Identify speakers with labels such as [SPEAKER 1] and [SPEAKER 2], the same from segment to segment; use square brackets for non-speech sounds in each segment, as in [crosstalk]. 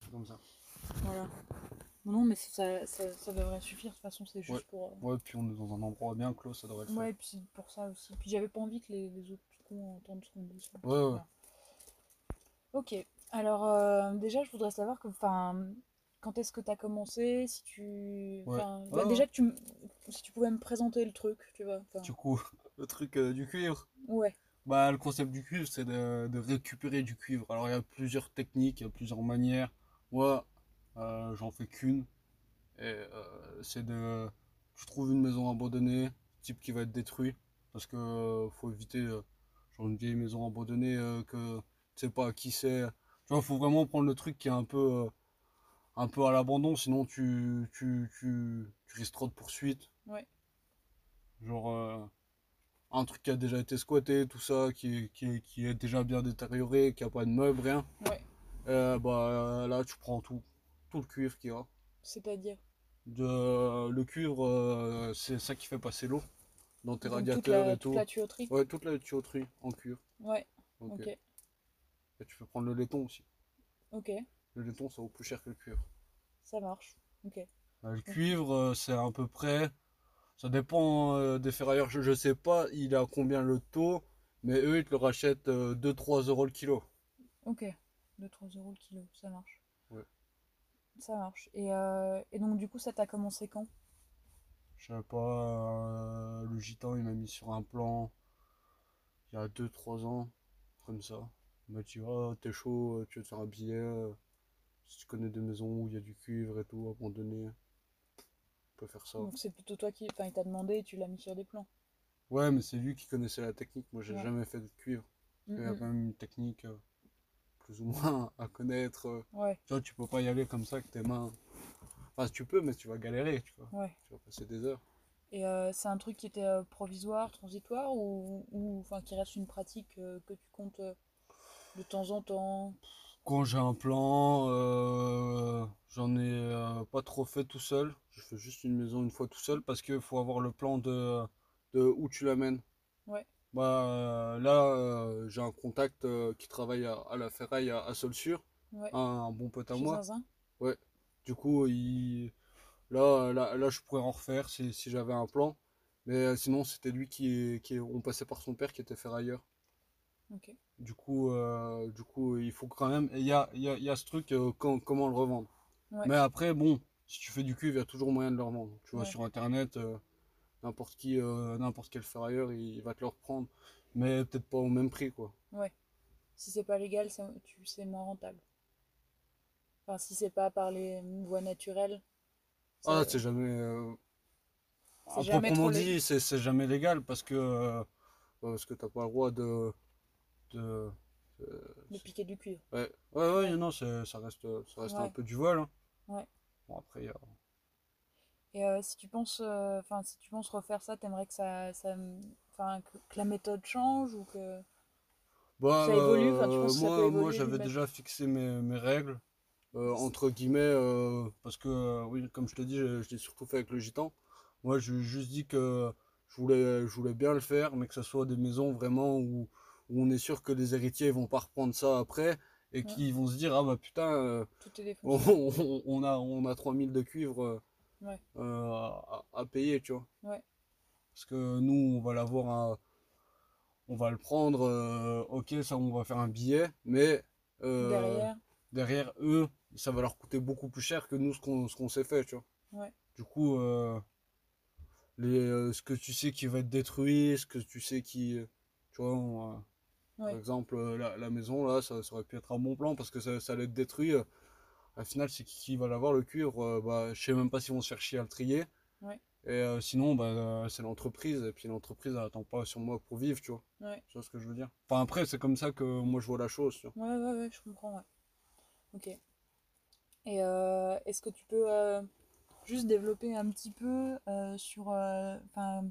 [SPEAKER 1] truc comme ça.
[SPEAKER 2] Voilà. Non, mais ça, ça, ça devrait suffire. De toute façon, c'est juste
[SPEAKER 1] Ouais.
[SPEAKER 2] pour. euh,
[SPEAKER 1] Ouais, puis on est dans un endroit bien clos, ça devrait le
[SPEAKER 2] Ouais,
[SPEAKER 1] faire.
[SPEAKER 2] et puis c'est pour ça aussi. Puis j'avais pas envie que les, les autres cons entendent ce qu'on dit.
[SPEAKER 1] Ouais, ouais.
[SPEAKER 2] Voilà. Ok. Alors, euh, déjà, je voudrais savoir que, enfin, quand est-ce que t'as commencé Si tu.
[SPEAKER 1] Ouais.
[SPEAKER 2] enfin,
[SPEAKER 1] Ah,
[SPEAKER 2] bah,
[SPEAKER 1] ouais.
[SPEAKER 2] déjà, que tu m- si tu pouvais me présenter le truc, tu vois. enfin,
[SPEAKER 1] Du coup, [laughs] le truc euh, du cuivre.
[SPEAKER 2] Ouais.
[SPEAKER 1] Bah, le concept du cuivre, c'est de, de récupérer du cuivre. Alors, il y a plusieurs techniques, il y a plusieurs manières. Moi, euh, j'en fais qu'une. Et euh, c'est de. Tu trouves une maison abandonnée, type qui va être détruit. Parce que euh, faut éviter, euh, genre, une vieille maison abandonnée euh, que tu sais pas qui c'est. Tu vois, faut vraiment prendre le truc qui est un peu, euh, un peu à l'abandon, sinon tu, tu, tu, tu risques trop de poursuites.
[SPEAKER 2] Ouais.
[SPEAKER 1] Genre. euh, un truc qui a déjà été squatté, tout ça, qui, qui, qui est déjà bien détérioré, qui a pas de meubles, rien.
[SPEAKER 2] Ouais.
[SPEAKER 1] Euh, bah euh, là, tu prends tout, tout le cuivre qu'il y a.
[SPEAKER 2] C'est-à-dire.
[SPEAKER 1] De, le cuivre, euh, c'est ça qui fait passer l'eau dans tes
[SPEAKER 2] donc, toute
[SPEAKER 1] radiateurs
[SPEAKER 2] la,
[SPEAKER 1] et tout.
[SPEAKER 2] toute la tuyauterie.
[SPEAKER 1] Ouais, toute la tuyauterie en cuivre.
[SPEAKER 2] Ouais.
[SPEAKER 1] Donc,
[SPEAKER 2] Ok.
[SPEAKER 1] euh, et tu peux prendre le laiton aussi.
[SPEAKER 2] Ok.
[SPEAKER 1] Le laiton, ça vaut plus cher que le cuivre.
[SPEAKER 2] Ça marche. Ok.
[SPEAKER 1] Euh, le cuivre, euh, c'est à peu près. Ça dépend euh, des ferrailleurs. Je, je sais pas, il a combien le taux, mais eux, ils te le rachètent euh, 2-3 euros le kilo.
[SPEAKER 2] Ok, 2-3 euros le kilo, ça marche.
[SPEAKER 1] Ouais.
[SPEAKER 2] Ça marche. Et, euh, et donc, du coup, ça t'a commencé quand?
[SPEAKER 1] Je sais pas, euh, le gitan il m'a mis sur un plan il y a 2-3 ans, comme ça. Il m'a dit, oh, t'es chaud, euh, tu veux te faire un billet, euh, si tu connais des maisons où il y a du cuivre et tout, abandonné, on peut faire ça.
[SPEAKER 2] Donc, c'est plutôt toi qui. Enfin, il t'a demandé et tu l'as mis sur des plans.
[SPEAKER 1] Ouais, mais c'est lui qui connaissait la technique, moi j'ai
[SPEAKER 2] Ouais.
[SPEAKER 1] jamais fait de cuivre. Il y a
[SPEAKER 2] Mm,
[SPEAKER 1] quand même une technique euh, plus ou moins [laughs] à connaître. euh.
[SPEAKER 2] mm. Ouais,
[SPEAKER 1] Tu vois, tu peux pas y aller comme ça que tes mains. Enfin, tu peux, mais tu vas galérer, tu vois.
[SPEAKER 2] ouais.
[SPEAKER 1] Tu vas passer des heures.
[SPEAKER 2] Et euh, c'est un truc qui était euh, provisoire, transitoire ou, ou enfin, qui reste une pratique euh, que tu comptes euh, de temps en temps?
[SPEAKER 1] Quand j'ai un plan, euh, j'en ai euh, pas trop fait tout seul. Je fais juste une maison une fois tout seul parce qu'il faut avoir le plan de, de où tu l'amènes.
[SPEAKER 2] Ouais.
[SPEAKER 1] Bah, euh, là, euh, j'ai un contact euh, qui travaille à, à la ferraille à, à Saulsure,
[SPEAKER 2] Ouais,
[SPEAKER 1] un, un bon pote à
[SPEAKER 2] chez
[SPEAKER 1] Ah, moi.
[SPEAKER 2] Zinzin?
[SPEAKER 1] Du coup, il, là, là, là, je pourrais en refaire si, si j'avais un plan. Mais euh, sinon, c'était lui qui, qui. On passait par son père qui était ferrailleur.
[SPEAKER 2] Ok.
[SPEAKER 1] Du coup, euh, du coup, il faut quand même. et Il y a, il y a, il y a ce truc, euh, quand- comment le revendre.
[SPEAKER 2] Ouais.
[SPEAKER 1] Mais après, bon, si tu fais du cuivre, il y a toujours moyen de le revendre. Tu vois,
[SPEAKER 2] Ouais.
[SPEAKER 1] sur Internet, euh, n'importe qui, euh, n'importe quel ferrailleur, il, va te le reprendre. Mais peut-être pas au même prix, quoi.
[SPEAKER 2] Si c'est pas légal, ça- tu- c'est moins rentable. Enfin, si c'est pas par les voies naturelles, ça-
[SPEAKER 1] Ah, c'est jamais. euh,
[SPEAKER 2] C'est
[SPEAKER 1] à
[SPEAKER 2] jamais
[SPEAKER 1] proprement
[SPEAKER 2] trop lég-
[SPEAKER 1] dit, c'est c'est jamais légal parce que. euh, parce que t'as pas le droit de. de. de-
[SPEAKER 2] de piquer du cuivre.
[SPEAKER 1] Ouais, ouais, ouais, non, c'est- ça reste, ça reste un
[SPEAKER 2] Ouais.
[SPEAKER 1] peu du vol. hein.
[SPEAKER 2] Ouais.
[SPEAKER 1] Bon, après, il y a-
[SPEAKER 2] Et euh, si tu penses, euh, enfin, si tu penses refaire ça, t'aimerais que ça, ça, enfin, que, que la méthode change ou que.
[SPEAKER 1] Bah,
[SPEAKER 2] Ça évolue, enfin, tu penses que ça
[SPEAKER 1] moi,
[SPEAKER 2] peut
[SPEAKER 1] moi
[SPEAKER 2] évoluer
[SPEAKER 1] j'avais
[SPEAKER 2] d'une
[SPEAKER 1] déjà fixé mes, mes règles, euh,
[SPEAKER 2] C'est-
[SPEAKER 1] entre guillemets, euh, parce que, euh, oui, comme je te dis, je, je l'ai surtout fait avec le gitan. Moi, je lui ai juste dit que je voulais, je voulais bien le faire, mais que ce soit des maisons vraiment où, où on est sûr que les héritiers vont pas reprendre ça après et qu'ils vont se dire, ah bah putain, euh,
[SPEAKER 2] Tout est défoncé.
[SPEAKER 1] on, on- on a, on a 3000 de cuivre euh,
[SPEAKER 2] Ouais.
[SPEAKER 1] euh, à, à payer, tu vois.
[SPEAKER 2] Ouais.
[SPEAKER 1] Parce que nous, on va l'avoir, à- on va le prendre, euh, ok, ça, on va faire un billet, mais euh,
[SPEAKER 2] Derrière,
[SPEAKER 1] derrière eux, ça va leur coûter beaucoup plus cher que nous, ce qu'on ce qu'on s'est fait, tu vois.
[SPEAKER 2] Ouais.
[SPEAKER 1] Du coup, euh, les, euh, ce que tu sais qui va être détruit, ce que tu sais qui. Tu vois, on, euh,
[SPEAKER 2] Ouais.
[SPEAKER 1] par exemple, euh, la, la maison, là, ça, ça aurait pu être un bon plan parce que ça, ça allait être détruit. euh, Au final, c'est qui, qui va l'avoir, le cuivre euh, bah, Je sais même pas si on se faire chier à le trier.
[SPEAKER 2] Ouais.
[SPEAKER 1] Et euh, sinon, bah, euh, c'est l'entreprise. Et puis l'entreprise, elle attend pas sur moi pour vivre, tu vois.
[SPEAKER 2] Ouais.
[SPEAKER 1] Tu vois ce que je veux dire Enfin, après, c'est comme ça que moi, je vois la chose, tu vois.
[SPEAKER 2] ouais, ouais, ouais, je comprends, ouais. Ok. Et euh, est-ce que tu peux euh, juste développer un petit peu euh, sur, euh, enfin,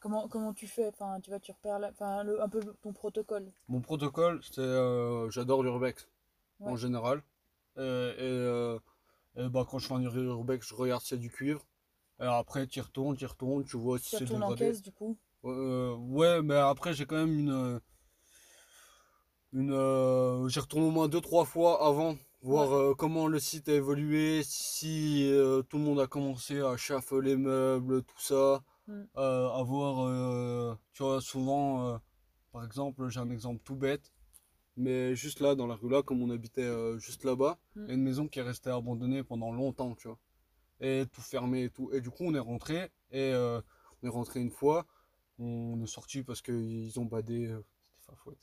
[SPEAKER 2] comment comment tu fais, enfin, tu vois, tu repères, la- enfin, le- un peu ton protocole.
[SPEAKER 1] Mon protocole, c'est euh, j'adore l'urbex en
[SPEAKER 2] Ouais.
[SPEAKER 1] général. Euh, et euh, et bah, quand je fais un ur- urbex, je regarde s'il y a du cuivre. Alors après, tu y retournes, tu y retournes, tu vois si
[SPEAKER 2] Tu
[SPEAKER 1] c'est
[SPEAKER 2] retournes en
[SPEAKER 1] dégradé.
[SPEAKER 2] caisse du coup.
[SPEAKER 1] Euh, ouais, mais après, j'ai quand même une. euh, une euh, J'y retourne au moins deux, trois fois avant Voir euh, comment le site a évolué, si euh, tout le monde a commencé à chaffer les meubles, tout ça.
[SPEAKER 2] Mm.
[SPEAKER 1] Euh, avoir, euh, tu vois, souvent, euh, par exemple, j'ai un exemple tout bête, mais juste là, dans la rue là, comme on habitait euh, juste là-bas, il y a une maison qui est restée abandonnée pendant longtemps, tu vois. Et tout fermé et tout. Et du coup, on est rentré, et euh, on est rentré une fois, on est sorti parce qu'ils ont badé. euh, c'était fafouette.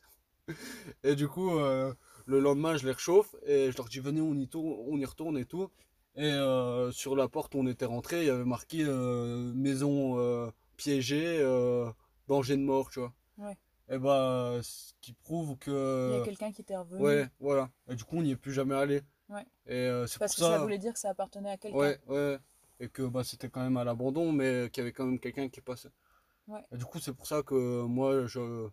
[SPEAKER 1] [laughs] Et du coup, euh, le lendemain, je les réchauffe et je leur dis venez, on y, tourne, on y retourne et tout. Et euh, sur la porte où on était rentré, il y avait marqué euh, maison euh, piégée, euh, danger de mort, tu vois.
[SPEAKER 2] Ouais.
[SPEAKER 1] Et bah, ce qui prouve
[SPEAKER 2] Il y
[SPEAKER 1] que.
[SPEAKER 2] a quelqu'un qui était revenu.
[SPEAKER 1] Euh, Ouais, voilà. Et du coup, on n'y est plus jamais allé.
[SPEAKER 2] Ouais.
[SPEAKER 1] Et euh, c'est pour
[SPEAKER 2] Parce que ça...
[SPEAKER 1] ça.
[SPEAKER 2] voulait dire que ça appartenait à quelqu'un.
[SPEAKER 1] ouais, ouais. Et que bah, c'était quand même à l'abandon, mais qu'il y avait quand même quelqu'un qui passait.
[SPEAKER 2] Ouais.
[SPEAKER 1] Et du coup, c'est pour ça que moi, je,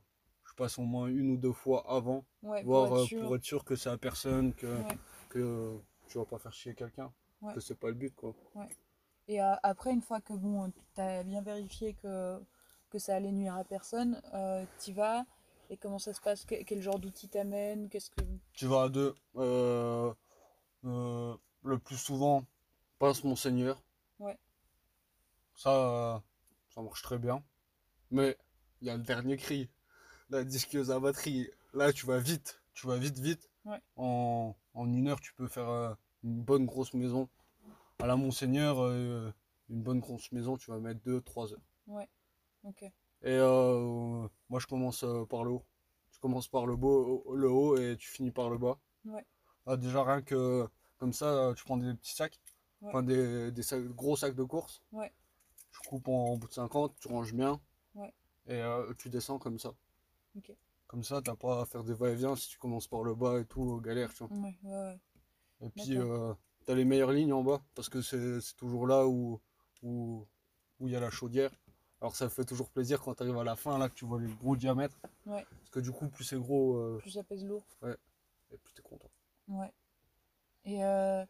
[SPEAKER 1] je passe au moins une ou deux fois avant
[SPEAKER 2] Ouais,
[SPEAKER 1] voir
[SPEAKER 2] pour être
[SPEAKER 1] euh,
[SPEAKER 2] sûr.
[SPEAKER 1] pour être sûr que c'est la personne que
[SPEAKER 2] Ouais.
[SPEAKER 1] que tu vas pas faire chier quelqu'un
[SPEAKER 2] Ouais.
[SPEAKER 1] que c'est pas le but quoi
[SPEAKER 2] Et euh, après, une fois que bon, tu as bien vérifié que, que ça allait nuire à personne, tu vas et comment ça se passe Que- Quel genre d'outils t'amènes Qu'est-ce que.
[SPEAKER 1] tu vas à deux Euh, euh, le plus souvent passe monseigneur
[SPEAKER 2] Ouais.
[SPEAKER 1] ça euh, ça marche très bien mais il y a le dernier cri la disqueuse à batterie là tu vas vite tu vas vite vite
[SPEAKER 2] Ouais.
[SPEAKER 1] en, en une heure tu peux faire euh, une bonne grosse maison à la monseigneur euh, une bonne grosse maison tu vas mettre deux trois heures
[SPEAKER 2] Ok.
[SPEAKER 1] Et euh, moi, je commence euh, par le haut. Tu commences par le, beau, le haut et tu finis par le bas.
[SPEAKER 2] Ouais.
[SPEAKER 1] Ah, déjà, rien que comme ça, euh, tu prends des petits sacs,
[SPEAKER 2] Ouais.
[SPEAKER 1] enfin des, des sacs- gros sacs de course.
[SPEAKER 2] Ouais.
[SPEAKER 1] Tu coupes en, en bout de 50, tu ranges bien.
[SPEAKER 2] Ouais.
[SPEAKER 1] Et euh, tu descends comme ça.
[SPEAKER 2] Ok.
[SPEAKER 1] Comme ça, t'as pas à faire des va-et-vient si tu commences par le bas et tout, euh, galère, tu vois.
[SPEAKER 2] Ouais, ouais, ouais.
[SPEAKER 1] Et puis, euh, t'as les meilleures lignes en bas, parce que c'est c'est toujours là où où où il y a la chaudière. Alors, ça fait toujours plaisir quand t'arrives à la fin, là, que tu vois les gros diamètres.
[SPEAKER 2] Ouais.
[SPEAKER 1] Parce que du coup, plus c'est gros, euh,
[SPEAKER 2] Plus ça pèse lourd.
[SPEAKER 1] et plus t'es content.
[SPEAKER 2] Ouais. Et, euh,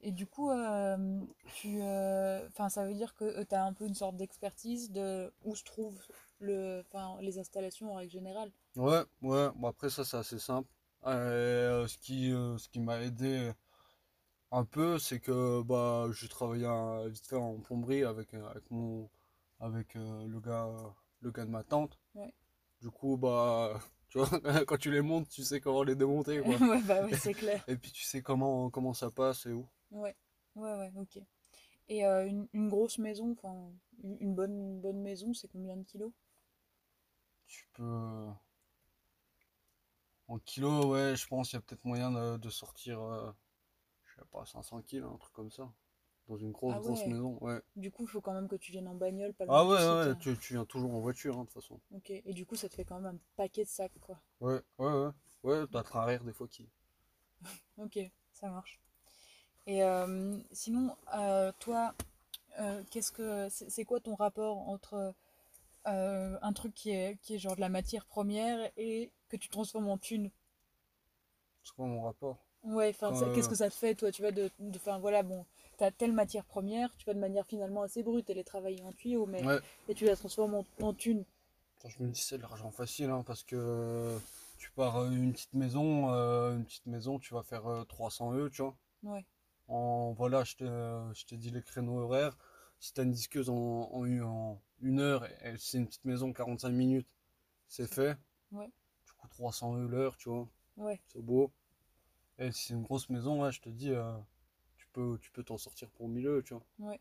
[SPEAKER 2] et du coup, euh, tu, euh, 'fin, ça veut dire que tu as un peu une sorte d'expertise de où se trouvent le, 'fin, les installations en règle générale.
[SPEAKER 1] Ouais, ouais. Bon, après, ça, c'est assez simple. Euh, ce qui, euh, ce qui m'a aidé un peu, c'est que bah, je travaillais un- vite fait en plomberie avec, euh, avec, mon, avec euh, le gars, le gars de ma tante.
[SPEAKER 2] Ouais.
[SPEAKER 1] Du coup, bah, [laughs] tu vois, quand tu les montes, tu sais comment les démonter, quoi.
[SPEAKER 2] [laughs] Ouais, bah oui, c'est clair.
[SPEAKER 1] Et puis tu sais comment, comment ça passe et où.
[SPEAKER 2] Ouais, ouais, ouais, ok. Et euh, une, une grosse maison, enfin, une, une bonne, une bonne maison, c'est combien de kilos?
[SPEAKER 1] Tu peux. euh, En kilos, ouais, je pense qu'il y a peut-être moyen de, de sortir, euh, je sais pas, 500 kilos, un truc comme ça. Dans une grosse,
[SPEAKER 2] Ah
[SPEAKER 1] grosse
[SPEAKER 2] ouais.
[SPEAKER 1] maison, ouais.
[SPEAKER 2] Du coup, il faut quand même que tu viennes en bagnole, pas loin
[SPEAKER 1] Ah
[SPEAKER 2] du
[SPEAKER 1] ouais,
[SPEAKER 2] site,
[SPEAKER 1] ouais,
[SPEAKER 2] hein.
[SPEAKER 1] tu, tu viens toujours en voiture, hein, de toute façon.
[SPEAKER 2] Ok, et du coup, ça te fait quand même un paquet de sacs, quoi.
[SPEAKER 1] Ouais, ouais, ouais. Ouais, t'as le train arrière des fois qui.
[SPEAKER 2] Ok, ça marche. Et euh, sinon, euh, toi, euh, qu'est-ce que c'est c'est quoi ton rapport entre euh, un truc qui est, qui est genre de la matière première et que tu transformes en thune?
[SPEAKER 1] C'est quoi mon rapport?
[SPEAKER 2] Ouais, enfin, ça-
[SPEAKER 1] Euh.
[SPEAKER 2] qu'est-ce que ça te fait, toi, tu vois, de, de, enfin, voilà, bon, t'as telle matière première, tu vois, de manière finalement assez brute, elle est travaillée en tuyau, mais,
[SPEAKER 1] Ouais.
[SPEAKER 2] et tu la transformes en, en thune.
[SPEAKER 1] Attends, je me dis, c'est de l'argent facile, hein, parce que tu pars euh, une petite maison, euh, une petite maison, tu vas faire euh, 300 E, tu vois.
[SPEAKER 2] Ouais,
[SPEAKER 1] En, voilà, je t'ai, euh, je t'ai dit les créneaux horaires. Si t'as une disqueuse en, en, une- en une heure, et, et c'est une petite maison, 45 minutes, c'est fait.
[SPEAKER 2] Ouais.
[SPEAKER 1] Du coup, 300 euros l'heure, tu vois,
[SPEAKER 2] ouais,
[SPEAKER 1] c'est beau. Et si c'est une grosse maison, ouais, je te dis, euh, tu peux, tu peux t'en sortir pour 1000 euros, tu vois.
[SPEAKER 2] Ouais.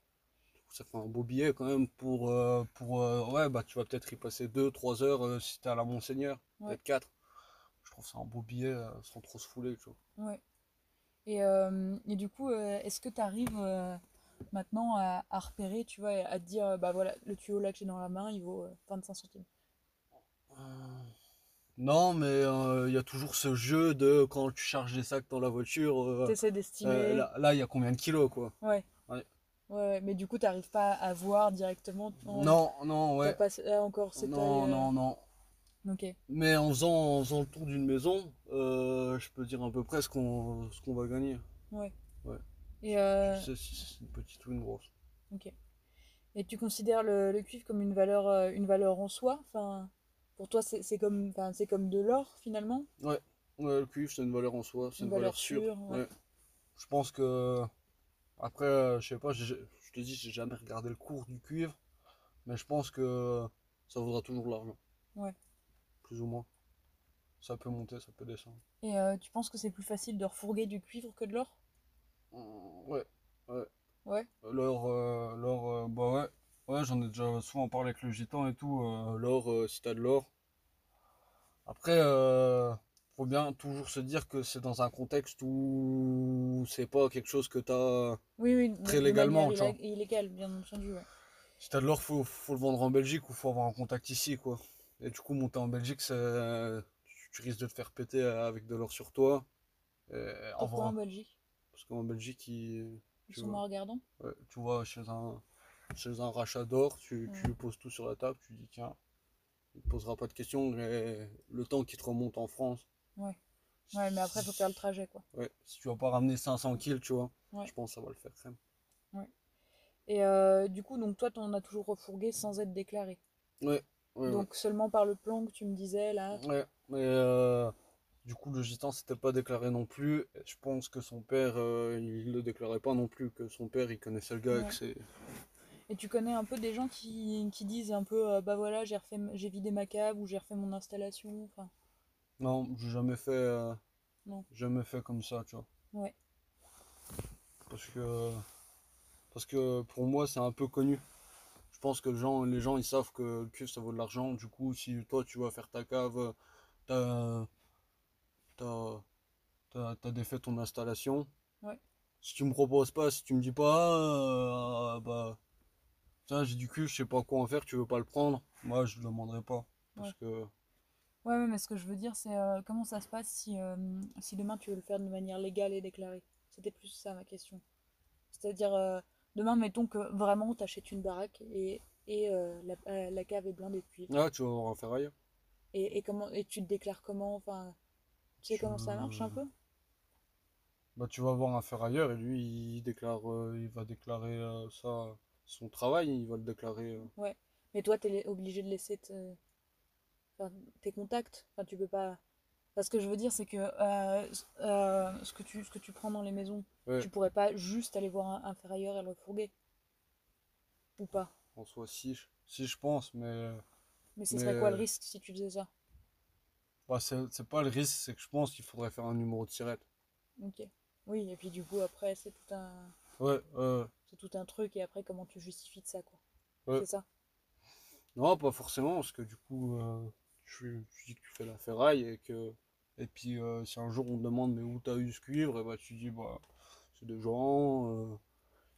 [SPEAKER 1] Du coup, ça fait un beau billet quand même pour, euh, pour euh, ouais, bah tu vas peut-être y passer 2-3 heures euh, si t'es à la Monseigneur,
[SPEAKER 2] Ouais.
[SPEAKER 1] peut-être 4. Je trouve ça un beau billet euh, sans trop se fouler, tu vois.
[SPEAKER 2] ouais. Et, euh, et du coup, euh, est-ce que t'arrives euh, maintenant à, à repérer, tu vois, et à te dire, euh, bah voilà, le tuyau là que j'ai dans la main, il vaut euh, 25 centimes.
[SPEAKER 1] Non, mais euh, il y a toujours ce jeu de quand tu charges des sacs dans la voiture, euh,
[SPEAKER 2] T'essaies
[SPEAKER 1] euh,
[SPEAKER 2] d'estimer.
[SPEAKER 1] là, là, il y a combien de kilos, quoi.
[SPEAKER 2] Ouais.
[SPEAKER 1] Ouais.
[SPEAKER 2] Ouais, mais du coup, t'arrives pas à voir directement. en-
[SPEAKER 1] Non, non,
[SPEAKER 2] t'as
[SPEAKER 1] ouais.
[SPEAKER 2] pas là encore cette
[SPEAKER 1] Non,
[SPEAKER 2] taille, euh,
[SPEAKER 1] non, non.
[SPEAKER 2] Ok,
[SPEAKER 1] Mais en faisant, en faisant le tour d'une maison, euh, je peux dire à peu près ce qu'on ce qu'on va gagner.
[SPEAKER 2] ouais.
[SPEAKER 1] Ouais.
[SPEAKER 2] Et euh,
[SPEAKER 1] Je sais si c'est une petite ou une grosse.
[SPEAKER 2] Et tu considères le, le cuivre comme une valeur, euh, une valeur en soi? Enfin, pour toi, c'est c'est comme, enfin, c'est comme de l'or finalement?
[SPEAKER 1] Ouais. Ouais, le cuivre, c'est une valeur en soi, c'est
[SPEAKER 2] Une
[SPEAKER 1] une,
[SPEAKER 2] valeur
[SPEAKER 1] valeur sûre.
[SPEAKER 2] sûre, ouais.
[SPEAKER 1] ouais. Je pense que. Après, euh, je sais pas, j'ai- je te dis, j'ai jamais regardé le cours du cuivre, mais je pense que ça vaudra toujours l'argent.
[SPEAKER 2] Ouais.
[SPEAKER 1] Plus ou moins. Ça peut monter, ça peut descendre.
[SPEAKER 2] Et euh, tu penses que c'est plus facile de refourguer du cuivre que de l'or
[SPEAKER 1] Mm, Ouais, ouais.
[SPEAKER 2] Ouais.
[SPEAKER 1] L'or, euh, l'or, euh, bah ouais. Ouais, j'en ai déjà souvent parlé avec le gitan et tout. euh, l'or, euh, si t'as de l'or. Après, euh, faut bien toujours se dire que c'est dans un contexte où c'est pas quelque chose que t'as.
[SPEAKER 2] Oui, oui. de-
[SPEAKER 1] Très
[SPEAKER 2] de
[SPEAKER 1] légalement,
[SPEAKER 2] manière
[SPEAKER 1] tu
[SPEAKER 2] illa- illégale, bien entendu, ouais.
[SPEAKER 1] Si t'as de l'or, faut, faut le vendre en Belgique ou faut avoir un contact ici, quoi. Et du coup, monter en Belgique, ça- tu, tu risques de te faire péter euh, avec de l'or sur toi. Et
[SPEAKER 2] Pourquoi
[SPEAKER 1] avoir
[SPEAKER 2] en
[SPEAKER 1] un-
[SPEAKER 2] Belgique
[SPEAKER 1] Parce qu'en Belgique, ils-
[SPEAKER 2] Ils
[SPEAKER 1] Tu
[SPEAKER 2] sont
[SPEAKER 1] Ah, vois.
[SPEAKER 2] moins regardants
[SPEAKER 1] ouais, tu vois, chez un, chez un rachat d'or, tu, tu
[SPEAKER 2] Ouais.
[SPEAKER 1] lui poses tout sur la table, tu dis tiens, il te posera pas de questions, mais le temps qu'il te remonte en France.
[SPEAKER 2] Ouais. Ouais, mais après, faut faire le trajet, quoi.
[SPEAKER 1] Ouais, si tu vas pas ramener 500 kills, tu vois,
[SPEAKER 2] Ouais.
[SPEAKER 1] je pense que ça va le faire quand même.
[SPEAKER 2] Et euh, du coup, donc toi, t'en as toujours refourgué sans être déclaré.
[SPEAKER 1] Ouais,
[SPEAKER 2] donc seulement par le plan que tu me disais, là.
[SPEAKER 1] Ouais, mais euh, du coup, le gitan, c'était pas déclaré non plus. Et Je pense que son père, euh, il le déclarait pas non plus, que son père, il connaissait le gars, et
[SPEAKER 2] Ouais.
[SPEAKER 1] que c'est...
[SPEAKER 2] Et tu connais un peu des gens qui, qui disent un peu, euh, bah voilà, j'ai refait, m- j'ai vidé ma cave ou j'ai refait mon installation. Enfin,
[SPEAKER 1] Non, j'ai jamais fait... euh,
[SPEAKER 2] Non.
[SPEAKER 1] Jamais fait comme ça, tu vois.
[SPEAKER 2] Ouais.
[SPEAKER 1] Parce que... Parce que pour moi, c'est un peu connu. Je pense que les gens, les gens, ils savent que le cuivre, ça vaut de l'argent. Du coup, si toi, tu vas faire ta cave, euh, t'as... T'as... T'as, t'as défait ton installation.
[SPEAKER 2] Ouais.
[SPEAKER 1] Si tu me proposes pas, si tu me dis pas, euh, bah, ça j'ai du cul, je sais pas quoi en faire, tu veux pas le prendre, moi je le demanderai pas. Parce que,
[SPEAKER 2] Ouais, ouais, mais ce que je veux dire, c'est euh, comment ça se passe si, euh, si demain tu veux le faire de manière légale et déclarée. C'était plus ça ma question. C'est-à-dire, euh, demain, mettons que vraiment t'achètes une baraque et, et euh, la, euh, la cave est blindée de cuivre.
[SPEAKER 1] là ah, tu vas avoir affaire ailleurs.
[SPEAKER 2] Et, et, comment, et tu te déclares comment Enfin, tu sais
[SPEAKER 1] Tu-
[SPEAKER 2] comment ça marche un peu
[SPEAKER 1] Bah, tu vas avoir affaire ailleurs et lui il déclare, euh, il va déclarer euh, ça, son travail, il va le déclarer. euh.
[SPEAKER 2] Mais toi, t'es obligé de laisser te- enfin, tes contacts. Enfin, tu peux pas. Parce que je veux dire, c'est que euh, s- euh, ce que tu ce que tu prends dans les maisons,
[SPEAKER 1] Ouais.
[SPEAKER 2] tu pourrais pas juste aller voir un, un ferrailleur et le refourguer. Ou pas.
[SPEAKER 1] En soi, si, je- si je pense, mais euh,
[SPEAKER 2] Mais ce
[SPEAKER 1] Mais,
[SPEAKER 2] serait quoi le
[SPEAKER 1] euh,
[SPEAKER 2] risque si tu faisais ça
[SPEAKER 1] bah, c'est c'est pas le risque, c'est que je pense qu'il faudrait faire un numéro de tirette.
[SPEAKER 2] Ok. Oui, et puis du coup, après, c'est tout un
[SPEAKER 1] Ouais, euh,
[SPEAKER 2] c'est tout un truc. Et après, comment tu justifies de ça, quoi
[SPEAKER 1] Ouais.
[SPEAKER 2] C'est ça.
[SPEAKER 1] Non, pas forcément, parce que du coup, euh, tu, tu dis que tu fais la ferraille et que. Et puis, euh, si un jour on te demande, mais où t'as eu ce cuivre, et bah, tu dis, bah, c'est des gens, euh,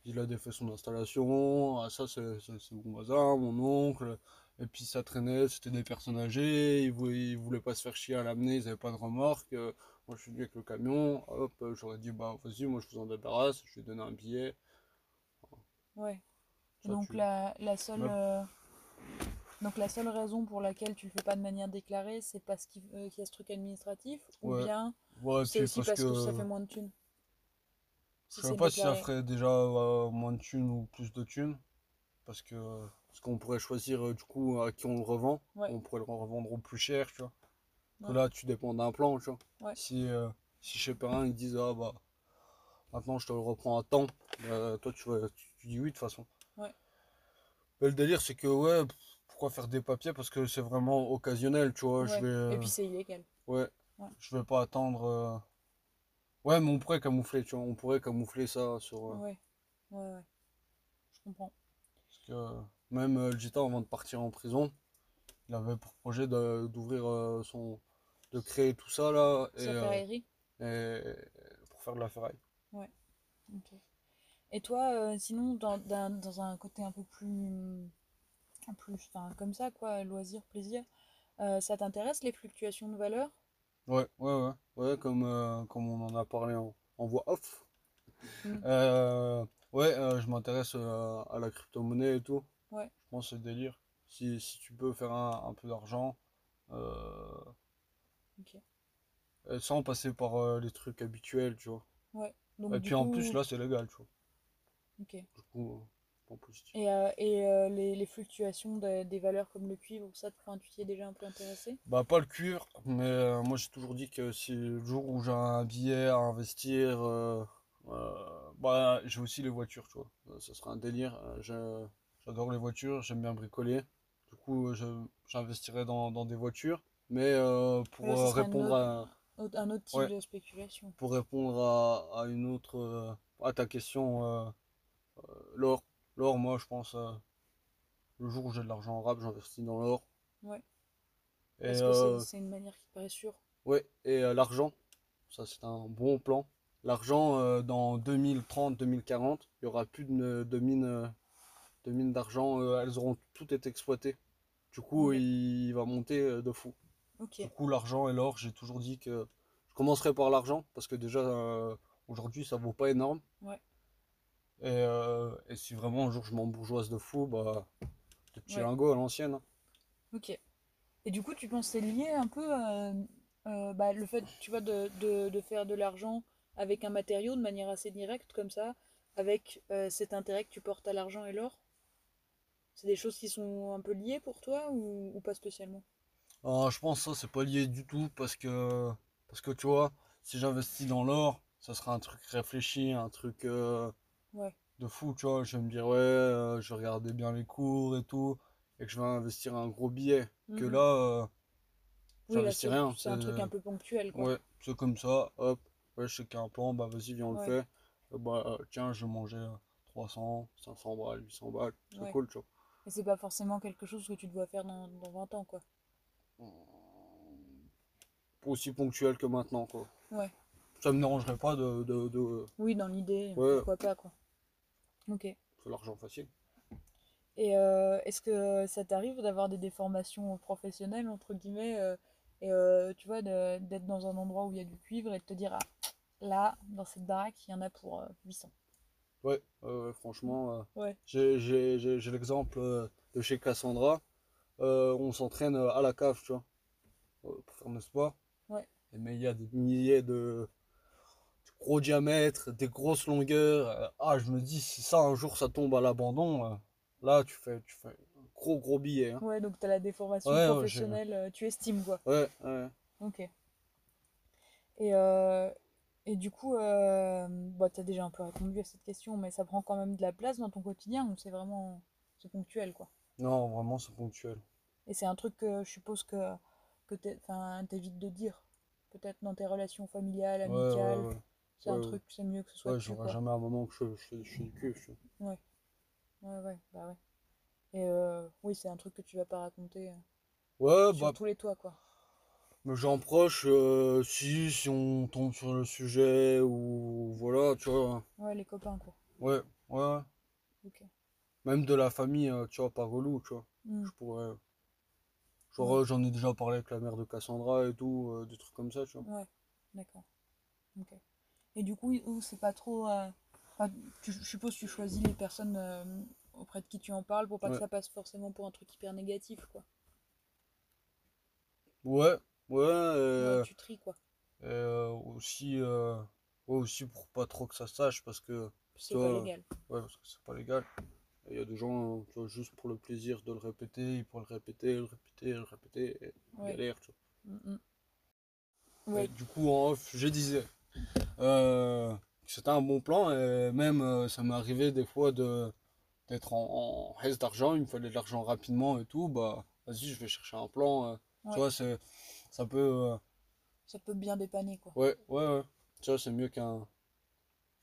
[SPEAKER 1] il a défait son installation, ah, ça, c'est c'est- c'est mon voisin, mon oncle. Et puis, ça traînait, c'était des personnes âgées, ils voulaient, ils voulaient pas se faire chier à l'amener, ils avaient pas de remorque. euh, moi, je suis venu avec le camion, hop, euh, j'aurais dit, bah, vas-y, moi, je vous en débarrasse, je lui ai donné un billet.
[SPEAKER 2] Ouais.
[SPEAKER 1] Ça,
[SPEAKER 2] Donc
[SPEAKER 1] tu-
[SPEAKER 2] la, la seule
[SPEAKER 1] Ouais.
[SPEAKER 2] euh, donc la seule raison pour laquelle tu le fais pas de manière déclarée, c'est parce qu'il euh, qu'il y a ce truc administratif ou
[SPEAKER 1] Ouais.
[SPEAKER 2] bien
[SPEAKER 1] Ouais, et
[SPEAKER 2] c'est
[SPEAKER 1] puis,
[SPEAKER 2] aussi parce que... ça fait moins de thunes.
[SPEAKER 1] Je
[SPEAKER 2] Si
[SPEAKER 1] sais
[SPEAKER 2] c'est
[SPEAKER 1] pas si ça
[SPEAKER 2] déclaré.
[SPEAKER 1] ferait déjà euh, moins de thunes ou plus de thunes. Parce que parce qu'on pourrait choisir euh, du coup à qui on le revend.
[SPEAKER 2] Ouais.
[SPEAKER 1] On pourrait le revendre au plus cher, tu vois. Que
[SPEAKER 2] Ouais.
[SPEAKER 1] là, tu dépends d'un plan, tu vois.
[SPEAKER 2] Ouais.
[SPEAKER 1] Si, euh, si chez Perrin, ils disent Ah bah, maintenant je te le reprends à temps, euh, toi tu, vas- tu, tu dis oui de toute façon.
[SPEAKER 2] Ouais.
[SPEAKER 1] Mais le délire, c'est que ouais, pff, pourquoi faire des papiers Parce que c'est vraiment occasionnel, tu vois.
[SPEAKER 2] Ouais.
[SPEAKER 1] Je vais,
[SPEAKER 2] Et
[SPEAKER 1] euh,
[SPEAKER 2] puis c'est illégal.
[SPEAKER 1] Ouais.
[SPEAKER 2] Ouais.
[SPEAKER 1] Je vais pas attendre. euh, Ouais, mais on pourrait camoufler, tu vois. On pourrait camoufler ça sur. euh,
[SPEAKER 2] Ouais. Ouais, ouais. Je comprends.
[SPEAKER 1] Parce que même euh, le gitan, avant de partir en prison, il avait pour projet de- d'ouvrir euh, son. de créer tout ça là. Et,
[SPEAKER 2] Sa
[SPEAKER 1] euh,
[SPEAKER 2] ferraillerie.
[SPEAKER 1] et- pour faire de la ferraille.
[SPEAKER 2] Ok. Et toi, euh, sinon, dans, d'un- dans un côté un peu plus, un plus, enfin, comme ça, quoi, loisir, plaisir, euh, ça t'intéresse les fluctuations de valeur?
[SPEAKER 1] Ouais, ouais, ouais. Ouais, comme, euh, comme on en a parlé en, en voix off.
[SPEAKER 2] Mm.
[SPEAKER 1] Euh, ouais, euh, je m'intéresse euh, à la crypto-monnaie et tout.
[SPEAKER 2] Ouais.
[SPEAKER 1] Je pense que c'est le délire. Si, si tu peux faire un, un peu d'argent. euh,
[SPEAKER 2] Ok.
[SPEAKER 1] euh, sans passer par euh, les trucs habituels, tu vois.
[SPEAKER 2] Donc,
[SPEAKER 1] et
[SPEAKER 2] du
[SPEAKER 1] puis en
[SPEAKER 2] coup-
[SPEAKER 1] plus, là, c'est légal, tu vois.
[SPEAKER 2] Ok.
[SPEAKER 1] Du coup, euh, point positif.
[SPEAKER 2] Et, euh, et euh, les, les fluctuations de- des valeurs comme le cuivre ou ça, enfin, tu t'y es déjà un peu intéressé
[SPEAKER 1] Bah, pas le cuivre, mais euh, moi j'ai toujours dit que si le jour où j'ai un billet à investir, euh, euh, bah, j'ai aussi les voitures, tu vois. Euh, ça serait un délire. Euh, je- j'adore les voitures, j'aime bien bricoler. Du coup, euh, je- j'investirais dans, dans des voitures, mais euh, pour
[SPEAKER 2] Ouais, ça
[SPEAKER 1] euh,
[SPEAKER 2] serait un
[SPEAKER 1] répondre à,
[SPEAKER 2] Autre- Un autre type
[SPEAKER 1] Ouais.
[SPEAKER 2] de spéculation.
[SPEAKER 1] pour répondre à, à une autre, euh, à ta question, euh, euh, l'or. L'or, moi je pense, euh, le jour où j'ai de l'argent en rap, j'investis dans l'or.
[SPEAKER 2] Ouais.
[SPEAKER 1] Et,
[SPEAKER 2] Parce que
[SPEAKER 1] euh,
[SPEAKER 2] c'est- c'est une manière qui paraît sûre.
[SPEAKER 1] Ouais, et euh, l'argent, ça c'est un bon plan. L'argent, euh, dans 2030-2040, il y aura plus de, de mines euh, de mines d'argent, euh, elles auront toutes été exploitées. Du coup,
[SPEAKER 2] Ouais.
[SPEAKER 1] il, va monter euh, de fou.
[SPEAKER 2] Ok.
[SPEAKER 1] Du coup, l'argent et l'or, j'ai toujours dit que je commencerai par l'argent, parce que déjà, euh, aujourd'hui, ça vaut pas énorme.
[SPEAKER 2] Ouais.
[SPEAKER 1] Et, euh, et si vraiment un jour je m'embourgeoise de fou, bah, des petits
[SPEAKER 2] Ouais.
[SPEAKER 1] lingots à l'ancienne. hein.
[SPEAKER 2] Ok. Et du coup, tu penses que c'est lié un peu euh, euh, bah, le fait, tu vois, de, de- de faire de l'argent avec un matériau de manière assez directe, comme ça, avec euh, cet intérêt que tu portes à l'argent et l'or? C'est des choses qui sont un peu liées pour toi ou, ou pas spécialement?
[SPEAKER 1] Ah, je pense que ça, c'est pas lié du tout parce que, parce que tu vois, si j'investis dans l'or, ça sera un truc réfléchi, un truc euh,
[SPEAKER 2] Ouais.
[SPEAKER 1] de fou, tu vois. Je vais me dire, ouais, euh, je vais regarder bien les cours et tout, et que je vais investir un gros billet. Que
[SPEAKER 2] Mhm.
[SPEAKER 1] là, euh,
[SPEAKER 2] Oui, là,
[SPEAKER 1] j'investis
[SPEAKER 2] c'est
[SPEAKER 1] rien.
[SPEAKER 2] c'est un truc
[SPEAKER 1] c'est-
[SPEAKER 2] un peu ponctuel, quoi.
[SPEAKER 1] Ouais, c'est comme ça, hop, ouais, je sais qu'il y a un plan, bah vas-y, viens, on le
[SPEAKER 2] Ouais.
[SPEAKER 1] fait. Euh, Bah euh, tiens, je vais manger euh, 300, 500 balles, 800 balles, c'est
[SPEAKER 2] Ouais.
[SPEAKER 1] cool, tu vois.
[SPEAKER 2] Et c'est pas forcément quelque chose que tu dois faire dans, dans 20 ans, quoi.
[SPEAKER 1] Aussi ponctuel que maintenant, quoi.
[SPEAKER 2] Ouais.
[SPEAKER 1] Ça me dérangerait pas de, de, de,
[SPEAKER 2] Oui, dans l'idée, euh,
[SPEAKER 1] Ouais.
[SPEAKER 2] pourquoi pas, quoi. Ok.
[SPEAKER 1] de l'argent facile.
[SPEAKER 2] Et euh, est-ce que ça t'arrive d'avoir des déformations professionnelles, entre guillemets, euh, et euh, tu vois, de- d'être dans un endroit où il y a du cuivre et de te dire, ah, là, dans cette baraque, il y en a pour euh, 800.
[SPEAKER 1] Ouais, ouais, ouais, franchement, euh,
[SPEAKER 2] Ouais.
[SPEAKER 1] j'ai j'ai- j'ai- j'ai l'exemple euh, de chez Cassandra. Euh, on s'entraîne euh, à la cave, tu vois, euh, pour faire le sport.
[SPEAKER 2] Ouais.
[SPEAKER 1] Et Mais il y a des milliers de, de gros diamètres, des grosses longueurs. Euh, ah, je me dis, si ça un jour ça tombe à l'abandon, euh, là tu fais, tu fais un gros gros billet. hein.
[SPEAKER 2] Ouais, donc t'as la déformation
[SPEAKER 1] Ouais, ouais, j'ai-
[SPEAKER 2] professionnelle, euh, tu estimes, quoi.
[SPEAKER 1] Ouais, ouais.
[SPEAKER 2] Ok. Et, euh, et du coup, euh, bah, t'as déjà un peu répondu à cette question, mais ça prend quand même de la place dans ton quotidien, ou c'est vraiment, c'est ponctuel, quoi.
[SPEAKER 1] Non, vraiment, c'est ponctuel.
[SPEAKER 2] Et c'est un truc que je suppose que, que t'es- 'fin, t'évites de dire, peut-être dans tes relations familiales,
[SPEAKER 1] Ouais,
[SPEAKER 2] amicales.
[SPEAKER 1] ouais, ouais.
[SPEAKER 2] C'est un
[SPEAKER 1] Ouais,
[SPEAKER 2] truc, c'est mieux que ce soit
[SPEAKER 1] Ouais,
[SPEAKER 2] dessus,
[SPEAKER 1] j'aurai
[SPEAKER 2] quoi.
[SPEAKER 1] jamais un moment que je, je, je suis du cul. je-
[SPEAKER 2] Ouais, ouais, bah ouais. Et euh, oui, c'est un truc que tu vas pas raconter euh,
[SPEAKER 1] Ouais,
[SPEAKER 2] sur
[SPEAKER 1] bah,
[SPEAKER 2] tous les toits, quoi.
[SPEAKER 1] Mais j'en proche, euh, si, si on tombe sur le sujet, ou voilà, tu vois.
[SPEAKER 2] Ouais, les copains, quoi.
[SPEAKER 1] Ouais, ouais.
[SPEAKER 2] Ok.
[SPEAKER 1] Même de la famille, euh, tu vois, pas relou, tu vois.
[SPEAKER 2] Hmm.
[SPEAKER 1] Je pourrais. Genre, euh, j'en ai déjà parlé avec la mère de Cassandra et tout, euh, des trucs comme ça, tu vois.
[SPEAKER 2] Ouais, d'accord. Ok. Et du coup, où c'est pas trop. euh, enfin, tu- je suppose que tu choisis les personnes euh, auprès de qui tu en parles pour pas que
[SPEAKER 1] Ouais.
[SPEAKER 2] ça passe forcément pour un truc hyper négatif, quoi.
[SPEAKER 1] Ouais, ouais.
[SPEAKER 2] Ouais,
[SPEAKER 1] euh,
[SPEAKER 2] Bah, tu tries, quoi.
[SPEAKER 1] et, euh, aussi, euh, ouais, aussi pour pas trop que ça se sache, parce que,
[SPEAKER 2] C'est
[SPEAKER 1] toi,
[SPEAKER 2] pas
[SPEAKER 1] euh,
[SPEAKER 2] légal.
[SPEAKER 1] ouais, parce que c'est pas légal. Et Il y a des gens, euh, tu vois, juste pour le plaisir de le répéter, ils pourraient le répéter, le répéter, le répéter, et
[SPEAKER 2] Ouais.
[SPEAKER 1] galère, tu vois.
[SPEAKER 2] Mm, mm.
[SPEAKER 1] Et
[SPEAKER 2] Ouais,
[SPEAKER 1] du coup, en off, je disais euh, que c'était un bon plan et même euh, ça m'est arrivé des fois de d'être en, en reste d'argent, il me fallait de l'argent rapidement et tout. Bah, vas-y, je vais chercher un plan. euh,
[SPEAKER 2] Ouais.
[SPEAKER 1] Tu vois, c'est, ça peut. euh,
[SPEAKER 2] ça peut bien dépanner, quoi.
[SPEAKER 1] ouais, ouais, ouais. Tu vois, c'est mieux qu'un.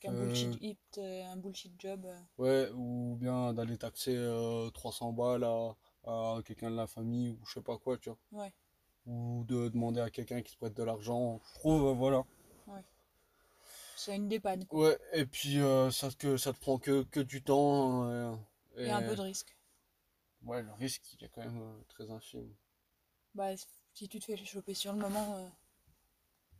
[SPEAKER 2] Qu'un
[SPEAKER 1] Euh.
[SPEAKER 2] bullshit hit, euh, un bullshit job. euh.
[SPEAKER 1] Ouais, ou bien d'aller taxer euh, 300 balles à, à quelqu'un de la famille ou je sais pas quoi, tu vois.
[SPEAKER 2] Ouais.
[SPEAKER 1] Ou de demander à quelqu'un qui se prête de l'argent. Je trouve, euh, voilà.
[SPEAKER 2] C'est une dépanne, quoi.
[SPEAKER 1] Ouais, et puis euh, ça, que, ça te prend que, que du temps. euh,
[SPEAKER 2] Et un peu de risque.
[SPEAKER 1] Ouais, le risque, il est quand même euh, très infime.
[SPEAKER 2] Bah, si tu te fais choper sur le moment, euh,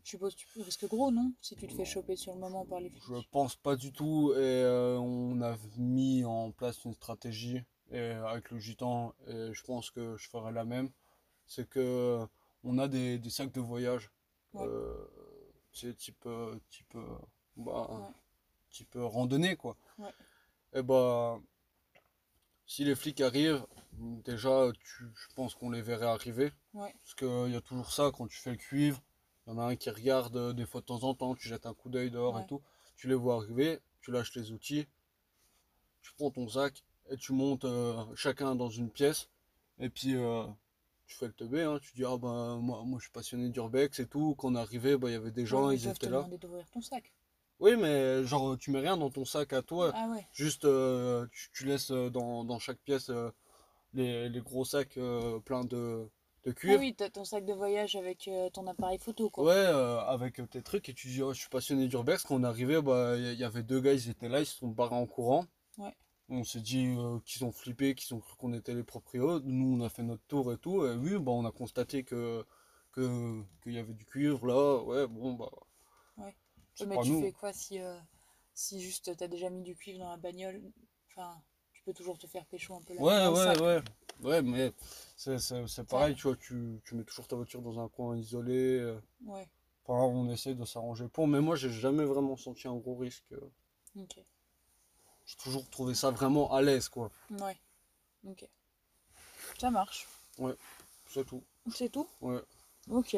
[SPEAKER 2] je suppose que tu risques gros, non? Si tu te fais choper sur le moment par les flics.
[SPEAKER 1] Je pense pas du tout, et euh, on a mis en place une stratégie et, euh, avec le gitan, et je pense que je ferai la même. C'est que euh, on a des, des sacs de voyage.
[SPEAKER 2] Ouais.
[SPEAKER 1] euh, c'est type, euh, type, euh, bah,
[SPEAKER 2] Ouais.
[SPEAKER 1] type euh, randonnée, quoi.
[SPEAKER 2] Ouais.
[SPEAKER 1] Et bah, Si les flics arrivent, déjà, tu, je pense qu'on les verrait arriver.
[SPEAKER 2] Ouais.
[SPEAKER 1] Parce qu'il y a toujours ça quand tu fais le cuivre. Il y en a un qui regarde euh, des fois de temps en temps, tu jettes un coup d'œil dehors
[SPEAKER 2] Ouais.
[SPEAKER 1] et tout. Tu les vois arriver, tu lâches les outils, tu prends ton sac et tu montes euh, chacun dans une pièce. Et puis euh, tu fais le teubé, hein, tu dis Ah ben moi, moi je suis passionné d'urbex et tout. Quand on est arrivé, bah, il y avait des gens,
[SPEAKER 2] Ouais, mais
[SPEAKER 1] ils
[SPEAKER 2] peuvent
[SPEAKER 1] étaient
[SPEAKER 2] te
[SPEAKER 1] là.
[SPEAKER 2] demander d'ouvrir ton sac.
[SPEAKER 1] Oui, mais genre tu mets rien dans ton sac à toi.
[SPEAKER 2] Ah ouais.
[SPEAKER 1] Juste, euh, tu, tu laisses euh, dans, dans chaque pièce euh, les, les gros sacs euh, pleins de, de
[SPEAKER 2] Ah
[SPEAKER 1] cuivre.
[SPEAKER 2] oui, t'as ton sac de voyage avec euh, ton appareil photo, quoi.
[SPEAKER 1] Ouais, euh, avec tes trucs, et tu dis, oh, je suis passionné d'urbex. Quand on est arrivé, bah, il y, y avait deux gars, ils étaient là, ils se sont barrés en courant.
[SPEAKER 2] Ouais.
[SPEAKER 1] On s'est dit euh, qu'ils ont flippé, qu'ils ont cru qu'on était les proprios. Nous, on a fait notre tour et tout. Et oui, bah, on a constaté que, que, qu'il y avait du cuivre là. Ouais, bon, bah.
[SPEAKER 2] Ouais.
[SPEAKER 1] c'est
[SPEAKER 2] mais
[SPEAKER 1] pas
[SPEAKER 2] tu
[SPEAKER 1] nous.
[SPEAKER 2] fais quoi si, euh, si juste t'as déjà mis du cuivre dans la bagnole Enfin, tu peux toujours te faire pécho un peu la
[SPEAKER 1] Ouais,
[SPEAKER 2] dans le
[SPEAKER 1] ouais,
[SPEAKER 2] sac.
[SPEAKER 1] ouais. Ouais, mais c'est, c'est, c'est pareil, tu vois, tu, tu mets toujours ta voiture dans un coin isolé. euh,
[SPEAKER 2] Ouais,
[SPEAKER 1] Enfin, on essaie de s'arranger pour, mais moi j'ai jamais vraiment senti un gros risque. euh.
[SPEAKER 2] ok.
[SPEAKER 1] J'ai toujours trouvé ça vraiment à l'aise, quoi.
[SPEAKER 2] Ouais, ok. Ça marche.
[SPEAKER 1] C'est tout.
[SPEAKER 2] C'est tout
[SPEAKER 1] Ouais.
[SPEAKER 2] Ok.